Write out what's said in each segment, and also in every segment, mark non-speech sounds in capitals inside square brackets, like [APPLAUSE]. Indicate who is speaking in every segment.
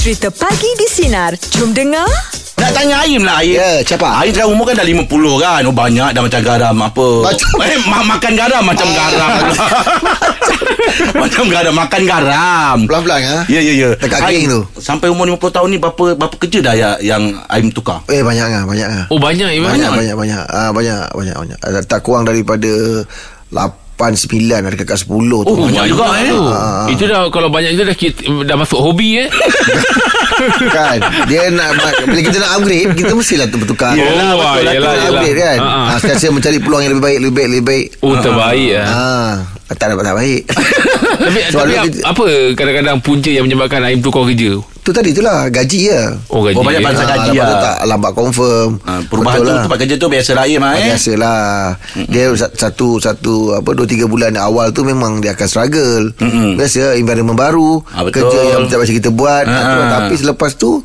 Speaker 1: Cerita Pagi di Sinar. Jom dengar.
Speaker 2: Nak tanya Aim lah Aim.
Speaker 3: Ya, siapa?
Speaker 2: Aim sekarang umur kan dah 50 kan. Oh banyak dah macam garam apa.
Speaker 3: Macam-
Speaker 2: eh, ma- makan garam macam [LAUGHS] garam. macam garam makan garam.
Speaker 3: Pelan-pelan ha?
Speaker 2: Ya ya ya.
Speaker 3: Dekat
Speaker 2: Aim,
Speaker 3: geng tu.
Speaker 2: Sampai umur 50 tahun ni berapa berapa kerja dah ya, yang Aim tukar?
Speaker 3: Eh banyak ah, banyak ah.
Speaker 4: Oh banyak Iman
Speaker 3: banyak banyak banyak. Ah banyak banyak banyak. Ah, tak kurang daripada 8 9 ada kakak 10 tu. Kan?
Speaker 2: Oh, banyak juga eh.
Speaker 4: tu.
Speaker 3: Ah,
Speaker 4: Itu dah Kalau banyak itu dah kit- Dah masuk hobi eh
Speaker 3: kan. Dia nak bila kita nak upgrade, kita mestilah tu bertukar. Oh,
Speaker 4: Yelah, betul lah,
Speaker 3: kita
Speaker 4: yelah,
Speaker 3: nak
Speaker 4: yelah.
Speaker 3: upgrade kan.
Speaker 4: Ha, ha.
Speaker 3: Ah, sekarang saya mencari peluang yang lebih baik, lebih baik, lebih baik.
Speaker 4: Oh terbaik lah
Speaker 3: Ah, tak dapat tak baik.
Speaker 4: Tapi,
Speaker 3: Soalan
Speaker 4: tapi ap-
Speaker 3: kita-
Speaker 4: apa kadang-kadang punca yang menyebabkan Aim tukar kerja?
Speaker 3: Tu tadi itulah gaji ya.
Speaker 4: Oh gaji.
Speaker 2: Oh, banyak
Speaker 4: dia.
Speaker 2: bangsa- Pasal
Speaker 3: Ah,
Speaker 2: gaji
Speaker 3: lepas tu
Speaker 2: lah.
Speaker 3: tak lambat confirm.
Speaker 2: Ha, perubahan
Speaker 3: Betul
Speaker 2: tu
Speaker 3: lah.
Speaker 2: tempat kerja tu biasa lah Aim ah, eh.
Speaker 3: Biasalah Dia sa- satu Satu Apa Dua tiga bulan awal tu Memang dia akan struggle
Speaker 2: Mm-mm.
Speaker 3: Biasa Environment baru
Speaker 2: Ah, betul.
Speaker 3: Kerja yang tak biasa kita buat
Speaker 2: Ah,
Speaker 3: tu.
Speaker 2: ah.
Speaker 3: Tapi selepas tu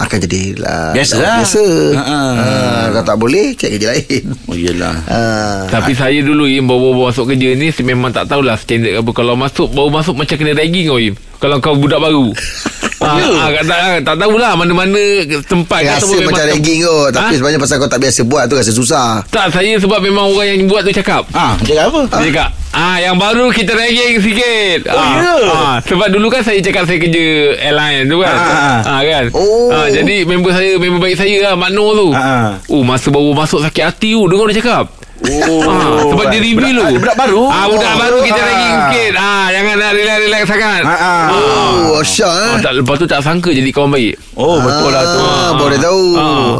Speaker 3: Akan jadi lah
Speaker 2: Biasalah.
Speaker 3: Biasa
Speaker 2: Ah, ah.
Speaker 3: Ah, Kalau tak boleh Cari kerja lain [LAUGHS]
Speaker 2: Oh iyalah.
Speaker 3: Ah.
Speaker 4: Tapi saya dulu Im baru-baru masuk kerja ni saya memang tak tahulah standard apa. Kalau masuk baru masuk macam kena ragging kau Im. Kalau kau budak
Speaker 3: [LAUGHS]
Speaker 4: baru. ah, ah, tak, tak, tak tahulah mana-mana tempat kau
Speaker 3: Ya. Rasa
Speaker 4: tahu
Speaker 3: macam
Speaker 4: tem-
Speaker 3: ragging kot Tapi
Speaker 4: Ha?
Speaker 3: sebenarnya pasal kau tak biasa buat tu Rasa susah
Speaker 4: Tak saya sebab memang orang yang buat tu cakap.
Speaker 2: Ah, dia apa?
Speaker 4: Dia cakap Ah, yang baru kita ragging sikit. Oh, ah,
Speaker 2: ya?
Speaker 4: ah, sebab dulu kan saya cakap saya kerja airline tu kan.
Speaker 2: Ah.
Speaker 4: Ah, kan.
Speaker 3: Oh.
Speaker 4: Ah, jadi member saya, member baik saya lah, Makno tu.
Speaker 2: Ah.
Speaker 4: Oh, masa baru masuk sakit hati tu dengar dia cakap.
Speaker 2: Oh.
Speaker 4: Ah, sebab dia review
Speaker 2: Budak-
Speaker 4: dulu.
Speaker 2: Budak baru.
Speaker 4: Ah, budak
Speaker 2: Oh.
Speaker 4: baru kita
Speaker 2: Ah.
Speaker 4: ragging sikit. Ah, jangan nak relax-relax sangat.
Speaker 2: Ah, ah.
Speaker 3: Oh syak
Speaker 4: Ah,
Speaker 3: eh
Speaker 4: tak, lepas tu tak sangka jadi kawan baik.
Speaker 2: Oh, betul lah tu.
Speaker 3: Ah, Boleh tahu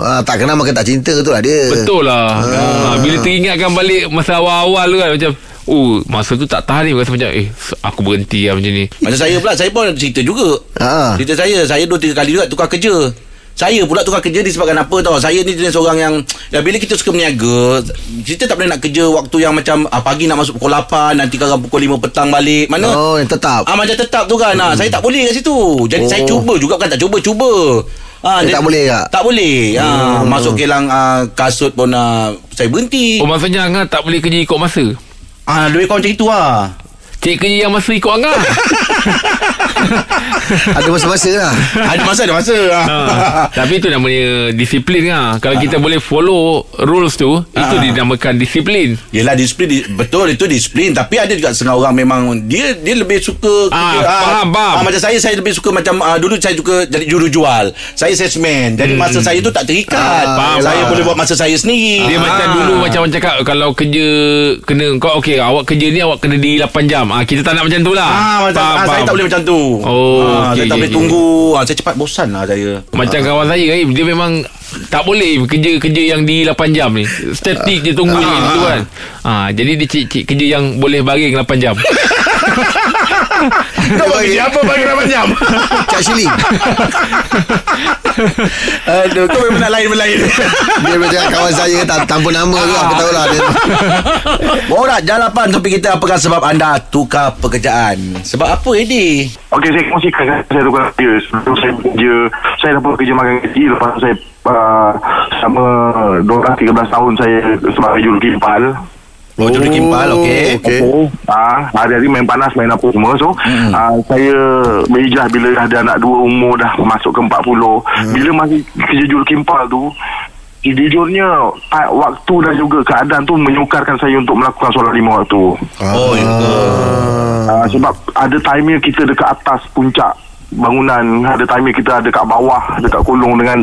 Speaker 3: ah. Tak kenal maka tak cinta tu lah dia
Speaker 4: Betul lah. Ah, bila teringatkan balik masa awal-awal tu kan macam Oh, masa tu tak tahan ni rasa macam eh aku berhenti lah macam ni.
Speaker 2: Macam saya pula Saya pun ada cerita juga
Speaker 3: Ah.
Speaker 2: Cerita saya Saya dua tiga kali juga Tukar kerja saya pula tukar kerja disebabkan apa tau Saya ni jenis orang yang ya, Bila kita suka meniaga Kita tak boleh nak kerja waktu yang macam ah, Pagi nak masuk pukul 8 Nanti kadang pukul 5 petang balik Mana
Speaker 3: Oh yang tetap
Speaker 2: Ah macam tetap tu kan. Ah, saya tak boleh kat situ. Jadi
Speaker 3: Oh.
Speaker 2: saya cuba juga bukan tak cuba cuba. Ah
Speaker 3: Eh,
Speaker 2: jadi-
Speaker 3: tak boleh tak? Hmm.
Speaker 2: Tak boleh. Ah masuk kilang ah, kasut pun ah, saya berhenti.
Speaker 4: Oh, maksudnya Angah tak boleh kerja ikut masa.
Speaker 2: Ah lebih kurang macam itu lah.
Speaker 4: Cik kerja yang masa ikut
Speaker 2: [LAUGHS]
Speaker 4: Angah.
Speaker 3: Ada masa-masa lah
Speaker 2: [LAUGHS] ada masa ada masa. [LAUGHS]
Speaker 4: Ah, tapi itu namanya disiplin lah. Kalau kita boleh follow rules tu, itu
Speaker 2: Ah.
Speaker 4: dinamakan disiplin.
Speaker 2: Yelah disiplin di- Betul itu disiplin Tapi ada juga setengah orang Memang dia dia lebih suka
Speaker 4: Ah,
Speaker 2: kerja-
Speaker 4: faham, faham.
Speaker 2: ah, Macam saya Saya lebih suka macam ah, Dulu saya suka Jadi jurujual Saya salesman Jadi
Speaker 4: Hmm.
Speaker 2: masa saya tu tak terikat
Speaker 3: Ah, faham,
Speaker 2: Saya
Speaker 3: faham.
Speaker 2: boleh buat masa saya sendiri Ah.
Speaker 4: Dia macam dulu macam orang cakap kalau kerja kena kau okey awak kerja ni awak kena diri 8 jam. Ah kita tak nak macam tu lah.
Speaker 2: Ah, macam, ah, saya tak boleh macam tu
Speaker 4: Oh,
Speaker 2: ah, Saya tak
Speaker 4: okey, okey,
Speaker 2: boleh
Speaker 4: okey.
Speaker 2: tunggu ah, Saya cepat bosan lah saya
Speaker 4: Macam kawan saya eh, Dia memang Tak boleh Kerja-kerja yang di 8 jam ni Statik je tunggu je gitu kan ha, Jadi dia cik-cik kerja yang Boleh baring 8 jam
Speaker 2: Kau bagi apa bagi ramai jam
Speaker 3: [LAUGHS] Cak Shilling
Speaker 2: Aduh Kau memang nak lain-lain
Speaker 3: Dia macam kawan saya tak, Tanpa nama tu Aku tahulah dia,
Speaker 2: [LAUGHS] Borak jalapan topik kita Apakah sebab anda Tukar pekerjaan Sebab apa Eddie
Speaker 5: Okey, saya kongsikan kan saya tukar kerja. Sebelum saya kerja, saya dapat kerja makan gaji. Lepas tu saya uh, sama 12-13 tahun saya sebagai juru kimpal.
Speaker 2: Oh, oh juru kimpal okey.
Speaker 3: Okey.
Speaker 4: Oh,
Speaker 5: Ah, hari-hari main panas, main apa semua. So, hmm. ah, saya berhijrah bila dah ada anak dua umur dah masuk ke 40. Hmm. Bila masih kerja juru kimpal tu, Jujurnya ah, Waktu dan juga keadaan tu Menyukarkan saya untuk melakukan solat lima waktu
Speaker 2: Oh, ya ke?
Speaker 5: Ah, sebab ada timing kita dekat atas puncak bangunan ada timing kita ada dekat bawah dekat kolong dengan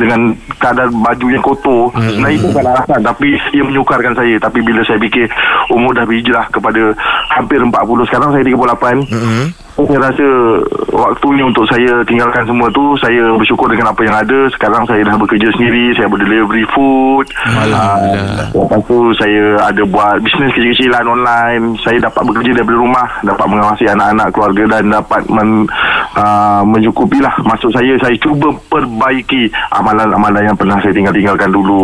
Speaker 5: dengan keadaan baju yang kotor hmm. nah itu bukan alasan tapi ia menyukarkan saya tapi bila saya fikir umur dah berhijrah kepada hampir 40 sekarang saya 38 hmm. saya rasa waktunya untuk saya tinggalkan semua tu saya bersyukur dengan apa yang ada sekarang saya dah bekerja sendiri saya berdelivery food
Speaker 4: Alhamdulillah.
Speaker 5: Ah, Lepas tu saya ada buat bisnes kecil-kecilan online. Saya dapat bekerja daripada rumah, dapat mengawasi anak-anak keluarga dan dapat men, uh, mencukupi lah. Maksud saya, saya cuba perbaiki amalan-amalan yang pernah saya tinggal-tinggalkan dulu.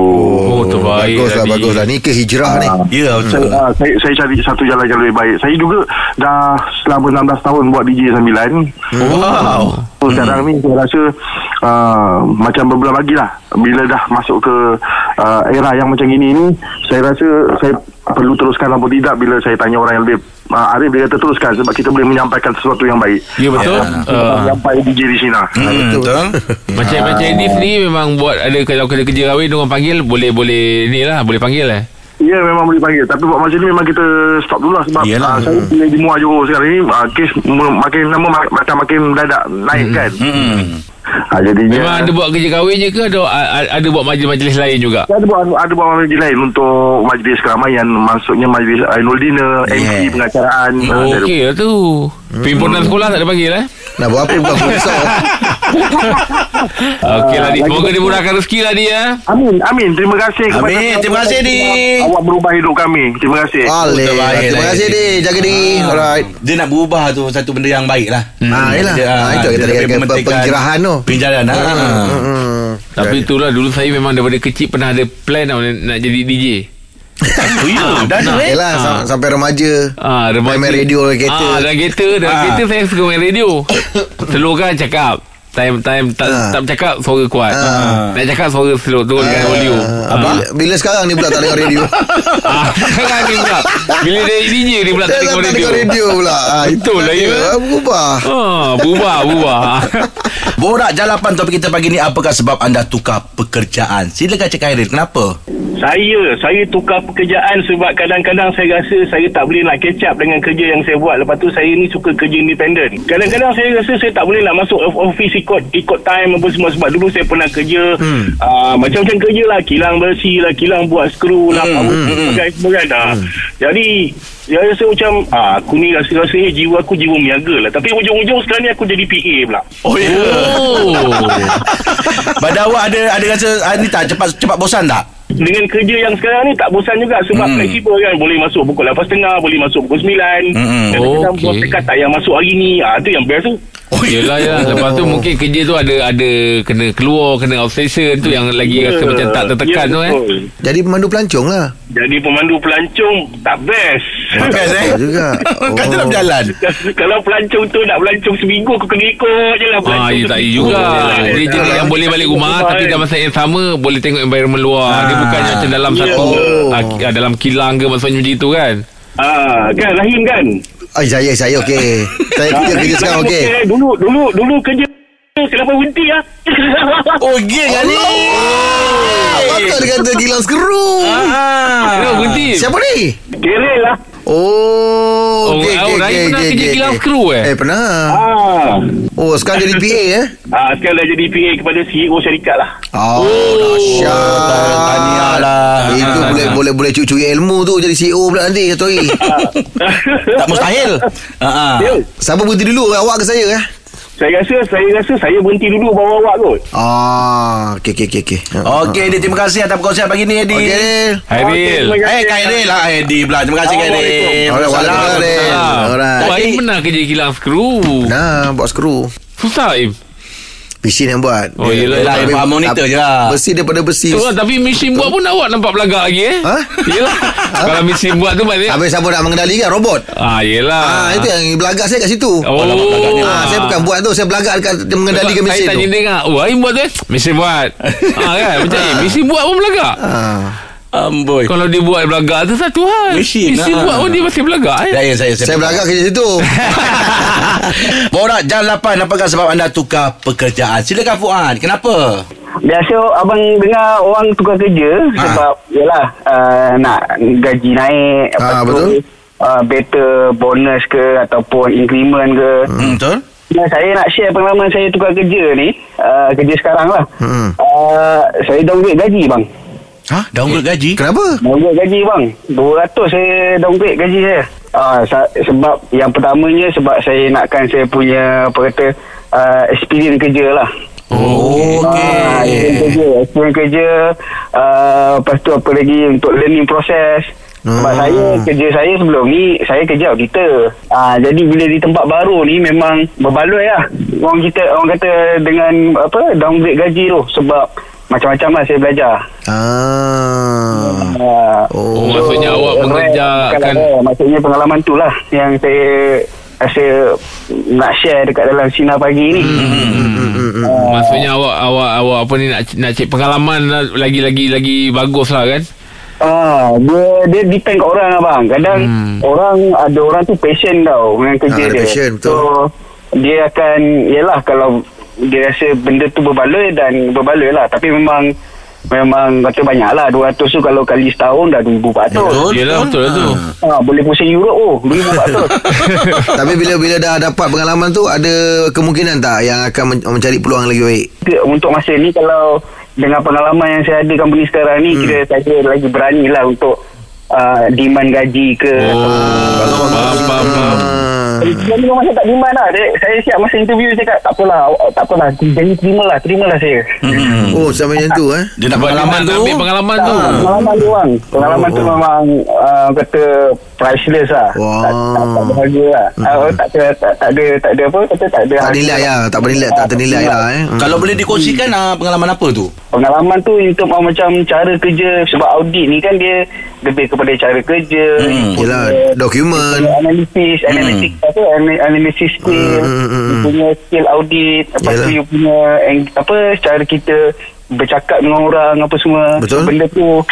Speaker 4: Oh, terbaik,
Speaker 3: Bagus lah
Speaker 4: Nabi.
Speaker 3: bagus lah Ni ke hijrah ni
Speaker 2: Ya
Speaker 4: Hmm.
Speaker 5: Saya,
Speaker 2: betul
Speaker 5: ah, saya, saya cari satu jalan
Speaker 4: Hmm.
Speaker 5: yang lebih baik Saya juga dah selama 16 tahun buat DJ sambilan
Speaker 2: Wow
Speaker 5: so, So sekarang ni saya rasa uh, macam berbelah bagi lah bila dah masuk ke uh, era yang macam gini ni saya rasa saya perlu teruskan atau tidak bila saya tanya orang yang lebih uh, Arif dia kata teruskan sebab kita boleh menyampaikan sesuatu yang baik.
Speaker 4: Ya, betul.
Speaker 5: Uh,
Speaker 4: Ah.
Speaker 5: yang baik DJ di China.
Speaker 2: Hmm, betul.
Speaker 4: Macam macam ini ni memang buat ada kalau kerja kerja kahwin orang panggil boleh boleh ni lah boleh panggil lah.
Speaker 5: Ya memang boleh panggil Tapi buat masa ni memang kita stop dulu lah Sebab
Speaker 2: Yelah.
Speaker 5: uh, saya punya di Muar Johor sekarang ni uh, Kes mul- makin lama mak- macam makin dadak naik kan
Speaker 2: Hmm.
Speaker 5: uh, Jadinya
Speaker 4: Memang ada buat kerja kahwin je ke ada a- ada buat majlis-majlis lain juga?
Speaker 5: ada buat ada buat majlis lain untuk majlis keramaian maksudnya majlis Ainul Dinner
Speaker 2: Yeah.
Speaker 5: MC pengacaraan Ah,
Speaker 4: Oh,
Speaker 5: ada-
Speaker 4: Okey lah tu. Pimpinan sekolah tak ada panggil eh.
Speaker 3: Nak buat apa bukan
Speaker 4: [LAUGHS] Oh,
Speaker 3: konsol
Speaker 4: Okey lah Dik.
Speaker 5: lagi
Speaker 4: Semoga dimurahkan rezeki lah dia.
Speaker 5: Amin amin terima kasih kepada
Speaker 2: Amin. Terima
Speaker 5: kamu.
Speaker 2: kasih, Dik.
Speaker 5: Awak berubah hidup kami terima kasih
Speaker 3: Alih
Speaker 2: Terbaik
Speaker 3: Terima
Speaker 2: lah,
Speaker 3: kasih
Speaker 2: itu.
Speaker 3: dia Jaga diri
Speaker 4: Ah.
Speaker 3: Alright
Speaker 2: Ah. Dia nak berubah tu satu benda yang baik lah.
Speaker 3: Ah, yelah. Ah, itu kita kata penggerahan tu.
Speaker 2: Penjarahan. Ha.
Speaker 3: Hmm.
Speaker 4: Ah. Tapi itulah dulu saya memang daripada kecil pernah ada plan tau, nak, nak jadi DJ.
Speaker 2: Ya, dah tu. eh.
Speaker 3: Yelah sam- lah, Sampai remaja
Speaker 4: lah. Ah, remaja.
Speaker 3: Main radio dalam kereta.
Speaker 4: Ah, dalam kereta, dalam
Speaker 2: Ah.
Speaker 4: kereta saya suka main
Speaker 3: [COUGHS]
Speaker 4: radio. Seluruh cakap. Time time tak
Speaker 3: Ah.
Speaker 4: tak cakap suara kuat.
Speaker 3: Ah.
Speaker 4: Nak cakap suara slow turunkan volume.
Speaker 3: Ah,
Speaker 4: Ah.
Speaker 3: bila, bila sekarang ni pula tak dengar
Speaker 4: [LAUGHS]
Speaker 3: radio
Speaker 4: Ah, sekarang ni pula Bila dia DJ Dia pula tak
Speaker 3: Dia
Speaker 4: tengok
Speaker 3: Eh, tak
Speaker 4: radio
Speaker 3: dengar radio pula Ah, itu
Speaker 4: Betul lah, ya.
Speaker 3: dia Berubah
Speaker 4: Ah, Berubah Berubah
Speaker 2: Borak jalapan topik kita pagi ni apakah sebab anda tukar pekerjaan? Silakan Cik Khairil,
Speaker 3: [LAUGHS]
Speaker 2: kenapa?
Speaker 6: Saya, saya tukar pekerjaan sebab kadang-kadang saya rasa saya tak boleh nak catch up dengan kerja yang saya buat. Lepas tu saya ni suka kerja independen. Kadang-kadang saya rasa saya tak boleh nak masuk of- office ikut ikut time apa semua sebab dulu saya pernah kerja hmm. uh, macam-macam kerja lah. Kilang bersih lah, kilang buat skru lah, hmm. hmm. sebagainya. Hmm. Jadi saya rasa macam ah, aku ni rasa-rasanya jiwa aku jiwa meniaga lah. Tapi ujung-ujung sekarang ni aku jadi PA pula.
Speaker 2: Oh, ya.
Speaker 4: Oh
Speaker 2: Pada awak ada ada rasa ah, ni tak cepat cepat bosan tak?
Speaker 6: dengan kerja yang sekarang ni tak bosan juga sebab
Speaker 2: Hmm.
Speaker 6: hmm. fleksibel kan boleh masuk pukul 8.30 boleh masuk pukul 9
Speaker 2: Hmm.
Speaker 6: kadang-kadang
Speaker 4: Okey.
Speaker 6: buat tekat tak yang masuk hari ni ah, tu yang best tu
Speaker 2: Oh, ya.
Speaker 4: Yelah ya Lepas tu mungkin kerja tu ada Ada kena keluar Kena outstation Tu yang lagi rasa macam tak tertekan tu eh
Speaker 6: Ya. betul.
Speaker 3: Jadi pemandu pelancong lah
Speaker 6: jadi pemandu pelancong tak best
Speaker 2: Pakas eh?
Speaker 3: Betul juga.
Speaker 2: [LAUGHS] Kan
Speaker 3: Oh.
Speaker 2: dalam berjalan.
Speaker 6: kalau pelancong tu nak pelancong seminggu aku kena ikut je lah
Speaker 4: Ah, ya,
Speaker 6: tu
Speaker 4: tak ya
Speaker 6: seminggu.
Speaker 4: juga
Speaker 6: Ah,
Speaker 4: Dia
Speaker 6: tak.
Speaker 4: jadi yang boleh balik rumah Tapi
Speaker 6: eh.
Speaker 4: dalam masa yang sama Boleh tengok environment luar Dia bukannya macam dalam
Speaker 6: Ya.
Speaker 4: satu ah, ki- ah, Dalam kilang ke Maksudnya macam itu kan
Speaker 6: ah, kan Rahim kan
Speaker 3: Ay,
Speaker 6: Ah,
Speaker 3: Oh. saya saya okey. saya kerja kerja sekarang okey.
Speaker 6: dulu dulu dulu kerja kenapa berhenti ah
Speaker 2: Oh, geng kali.
Speaker 3: Apa dia kata gilang skru?
Speaker 2: Ah.
Speaker 4: Kenapa berhenti
Speaker 3: Siapa ni?
Speaker 6: Kerel lah
Speaker 3: Oh,
Speaker 4: Oh,
Speaker 3: okey okey
Speaker 4: oh, Raya
Speaker 3: okey.
Speaker 4: pernah
Speaker 3: okey,
Speaker 4: kerja
Speaker 3: okey,
Speaker 4: kilang
Speaker 3: okey.
Speaker 4: skru, eh?
Speaker 3: Eh, pernah.
Speaker 6: ah.
Speaker 3: Oh, sekarang jadi PA eh?
Speaker 6: Ah, sekarang dah jadi PA kepada CEO syarikat lah.
Speaker 3: Oh, dahsyat.
Speaker 2: tahniah lah.
Speaker 3: Itu
Speaker 2: Ah.
Speaker 3: boleh boleh boleh cucui ilmu tu jadi CEO pula nanti
Speaker 2: [LAUGHS]
Speaker 3: satu hari.
Speaker 2: Tak
Speaker 6: [LAUGHS]
Speaker 2: mustahil. Ha ah.
Speaker 6: Ya,
Speaker 3: Siapa berhenti dulu awak ke saya eh?
Speaker 6: saya rasa saya rasa saya berhenti dulu bawa awak kot.
Speaker 3: Ah, okey okey okey okey.
Speaker 2: Okey, Dik, terima kasih atas perkongsian pagi ni, Edi.
Speaker 3: Okey. Dil.
Speaker 4: Hairil Ah.
Speaker 6: Okey, terima kasih.
Speaker 2: Eh, Khairil lah, Edi pula. Terima kasih, Khairil.
Speaker 3: Alright, waalaikumsalam. Dil.
Speaker 4: Alright.
Speaker 3: Alright.
Speaker 4: Wah, Im pernah kerja kilang skru.
Speaker 3: Nah, buat skru.
Speaker 4: Susah Im.
Speaker 3: Mesin yang buat.
Speaker 4: Oh,
Speaker 3: Dia-
Speaker 4: yelah,
Speaker 2: Yelah,
Speaker 3: tapi-
Speaker 2: faham monitor je lah.
Speaker 3: Besi daripada besi.
Speaker 4: Tu lah, tapi mesin buat pun awak nampak belagak lagi eh.
Speaker 3: Ha?
Speaker 4: Yelah. Kalau mesin buat tu maknanya.
Speaker 3: Habis siapa nak mengendalikan robot?
Speaker 4: Ah,
Speaker 3: Ah,
Speaker 4: yelah.
Speaker 3: itu yang belagak saya kat situ.
Speaker 4: Oh.
Speaker 3: Ah, saya bukan buat tu, saya belagak dekat dia mengendalikan
Speaker 4: Sebab
Speaker 3: mesin
Speaker 4: Saya tak
Speaker 3: tu.
Speaker 4: jin dengar. Oh, Im buat tu eh. Mesin
Speaker 3: [LAUGHS]
Speaker 4: buat. ah, kan? Macam eh, mesin buat pun belagak.
Speaker 3: Ah.
Speaker 2: Amboi.
Speaker 4: Kalau dia buat belagak tu satu hal.
Speaker 2: Mesin,
Speaker 4: mesin
Speaker 2: ah.
Speaker 4: buat pun dia masih belagak eh.
Speaker 2: Saya, saya,
Speaker 3: Saya belagak kerja situ.
Speaker 2: [LAUGHS]
Speaker 3: [LAUGHS]
Speaker 2: Borak jam 8 Apakah sebab anda tukar pekerjaan Silakan Fuad Kenapa
Speaker 7: Biasa abang dengar orang tukar kerja
Speaker 2: Ha.
Speaker 7: ha. sebab yalah uh, nak gaji naik
Speaker 3: Ha,
Speaker 7: lepas tu,
Speaker 3: betul.
Speaker 7: Uh, better bonus ke ataupun increment ke.
Speaker 2: hmm, Betul
Speaker 7: Ya, saya nak share pengalaman saya tukar kerja ni, uh, kerja sekarang lah.
Speaker 3: Hmm.
Speaker 7: Uh, saya downgrade gaji bang.
Speaker 2: Ha Downgrade gaji
Speaker 3: Kenapa?
Speaker 7: Downgrade gaji bang. 200 saya downgrade gaji saya. Uh, sa- sebab yang pertamanya sebab saya nakkan saya punya apa kata uh, experience kerja lah.
Speaker 2: Oh
Speaker 7: Ah, experience kerja, experience kerja. Uh, lepas tu apa lagi untuk learning process. Sebab
Speaker 3: Hmm.
Speaker 7: saya kerja saya sebelum ni saya kerja auditor. Ah jadi bila di tempat baru ni memang berbaloi lah. Orang kita orang kata dengan apa downgrade gaji tu sebab macam-macam lah saya belajar.
Speaker 3: Ah.
Speaker 7: Ah,
Speaker 3: Oh.
Speaker 4: maksudnya awak
Speaker 7: rare,
Speaker 4: mengejar
Speaker 7: bukan
Speaker 4: akan-
Speaker 7: rare. maksudnya pengalaman tu lah yang saya rasa nak share dekat dalam sinar pagi ni.
Speaker 3: mm,
Speaker 4: Hmm.
Speaker 2: [LAUGHS]
Speaker 4: Maksudnya awak awak awak apa ni nak nak cek pengalaman lah, lagi lagi lagi bagus lah kan.
Speaker 7: Ah, dia dia depend kat orang abang. Kadang
Speaker 4: Hmm.
Speaker 7: orang ada orang tu passion tau dengan
Speaker 3: Ah,
Speaker 7: kerja
Speaker 3: ada
Speaker 7: dia.
Speaker 3: passion, betul.
Speaker 7: So dia akan yalah kalau dia rasa benda tu berbaloi dan berbaloi lah tapi memang memang kata banyak lah 200 tu kalau kali setahun dah 1400
Speaker 4: Yelah betul lah tu.
Speaker 7: ha, boleh pusing Europe oh 1400
Speaker 3: Tapi bila bila dah dapat pengalaman tu ada kemungkinan tak yang akan men- mencari peluang lagi baik?
Speaker 7: Ke- untuk masa ni kalau dengan pengalaman yang saya ada company sekarang ni hmm. kira saya lagi berani lah untuk uh, demand gaji ke
Speaker 4: Oh, faham, faham, faham.
Speaker 3: Ah.
Speaker 7: Dia memang saya tak demand lah Dia, Saya siap masa interview Dia cakap tak apalah awak- Tak apalah Jadi terimalah Terimalah saya
Speaker 2: Hmm.
Speaker 3: Oh, sampai macam tu eh.
Speaker 2: Dia nak
Speaker 4: Sebab dia
Speaker 2: pengalaman
Speaker 4: nak
Speaker 2: tu.
Speaker 4: Ambil pengalaman
Speaker 7: Tak,
Speaker 4: tu.
Speaker 7: Pengalaman tu bang Pengalaman tu memang uh, Kata Priceless lah
Speaker 3: Wah.
Speaker 7: Tak, tak, tak berharga lah uh, tak, ada, tak, tak ada Tak ada apa Kata tak ada
Speaker 3: Tak
Speaker 7: harga.
Speaker 3: nilai lah Tak bernilai Tak ternilai lah eh Hmm.
Speaker 2: Kalau boleh dikongsikan ah, pengalaman apa tu?
Speaker 7: Pengalaman tu Untuk uh, macam Cara kerja Sebab audit ni kan dia Lebih kepada cara kerja
Speaker 2: Hmm,
Speaker 7: ikut
Speaker 3: Yelah
Speaker 7: dia-
Speaker 3: Dokumen
Speaker 7: punya analisis analitik apa ana- analisis skill
Speaker 3: Hmm, hmm, hmm,
Speaker 7: you punya skill audit lepas
Speaker 3: Yalah.
Speaker 7: tu you punya eng- apa cara kita bercakap dengan orang apa semua
Speaker 3: Betul.
Speaker 7: benda tu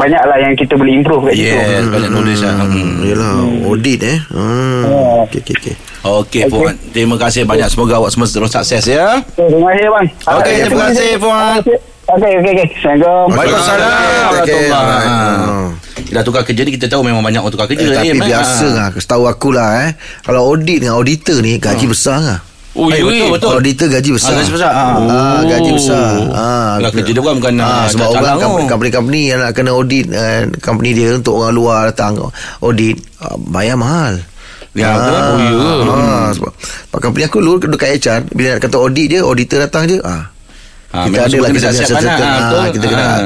Speaker 7: banyaklah yang kita boleh improve kat situ
Speaker 2: Yes, Eh, banyak knowledge lah.
Speaker 3: Hmm,
Speaker 2: Hmm.
Speaker 3: Yelah Audit eh hmm. Okay, okay, okay.
Speaker 2: Okey Puan, terima kasih banyak. Semoga awak semua terus sukses ya.
Speaker 7: so, terima kasih bang
Speaker 2: Okey, terima kasih Puan.
Speaker 7: Okey, okey, okey. Assalamualaikum.
Speaker 2: Waalaikumsalam
Speaker 3: Take care.
Speaker 2: warahmatullahi
Speaker 3: Hmm.
Speaker 2: Ha. Dah tukar kerja ni kita tahu memang banyak orang tukar kerja
Speaker 3: Eh, tapi
Speaker 2: Im, eh.
Speaker 3: biasa
Speaker 2: Ha.
Speaker 3: lah Setahu akulah eh Kalau audit dengan auditor ni Gaji
Speaker 2: Ah.
Speaker 3: besar lah
Speaker 4: Oh,
Speaker 2: Eh,
Speaker 4: you
Speaker 2: betul,
Speaker 4: eh.
Speaker 2: betul.
Speaker 3: Auditor gaji besar
Speaker 2: Ah, gaji besar, ah.
Speaker 3: Ah, Gaji besar
Speaker 4: Oh.
Speaker 3: Ah,
Speaker 2: Kalau kerja dia bukan- bukan,
Speaker 3: Ah,
Speaker 2: ah,
Speaker 3: Sebab
Speaker 2: dah
Speaker 3: orang
Speaker 2: talang
Speaker 3: company-
Speaker 2: tu.
Speaker 3: Company-company yang nak kena audit eh, Company dia untuk orang luar datang Audit ah, Bayar mahal
Speaker 2: Ya, betul lah.
Speaker 4: Oh, ya.
Speaker 3: ah, sebab, sebab company aku dulu dekat HR Bila nak kata audit je Auditor datang je ah,
Speaker 2: Ah,
Speaker 3: kita
Speaker 2: memang semua kena
Speaker 3: ada lah kita
Speaker 2: dah
Speaker 3: punya
Speaker 2: siapkan
Speaker 3: certain
Speaker 2: lah,
Speaker 3: ah,
Speaker 2: betul.
Speaker 3: kita kena
Speaker 2: Ah.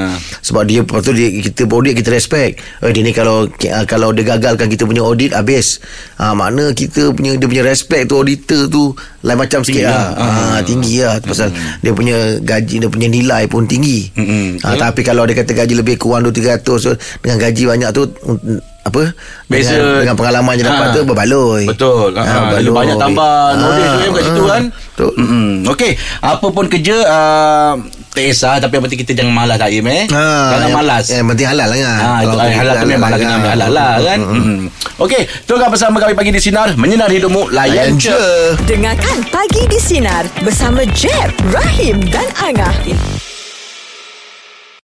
Speaker 3: sebab dia lepas tu dia kita audit kita respect eh, dia ni kalau ah, kalau dia gagalkan kita punya audit habis ah, makna kita punya dia punya respect tu auditor tu lain macam sikit lah ah, tinggi lah pasal
Speaker 2: Hmm.
Speaker 3: dia punya gaji dia punya nilai pun tinggi
Speaker 2: Mm-mm,
Speaker 3: ah, tapi kalau dia kata gaji lebih kurang 200 300 tu, dengan gaji banyak tu mm, apa
Speaker 2: Biasa.
Speaker 3: dengan, dengan pengalaman yang dapat
Speaker 2: Ah.
Speaker 3: tu berbaloi
Speaker 2: Betul. Ha,
Speaker 3: Ah,
Speaker 2: ha,
Speaker 3: berbaloi.
Speaker 2: banyak tambah knowledge tu
Speaker 3: Ah,
Speaker 2: kan kat situ kan.
Speaker 3: betul.
Speaker 2: Mm-mm. Okey, apa pun kerja uh, tak kisah tapi yang penting kita jangan malas tak Im eh.
Speaker 3: Ha,
Speaker 2: jangan
Speaker 3: yang,
Speaker 2: malas.
Speaker 3: Yang penting halal lah kan.
Speaker 2: Ha, itu, eh, halal tu memang halal kena ambil halal lah
Speaker 3: Hmm,
Speaker 2: kan. Mm-hmm. Okey, teruskan bersama kami pagi di Sinar. Menyinari hidupmu, layan
Speaker 3: Layan
Speaker 2: je.
Speaker 3: je.
Speaker 1: Dengarkan Pagi di Sinar bersama Jeb, Rahim dan Angah.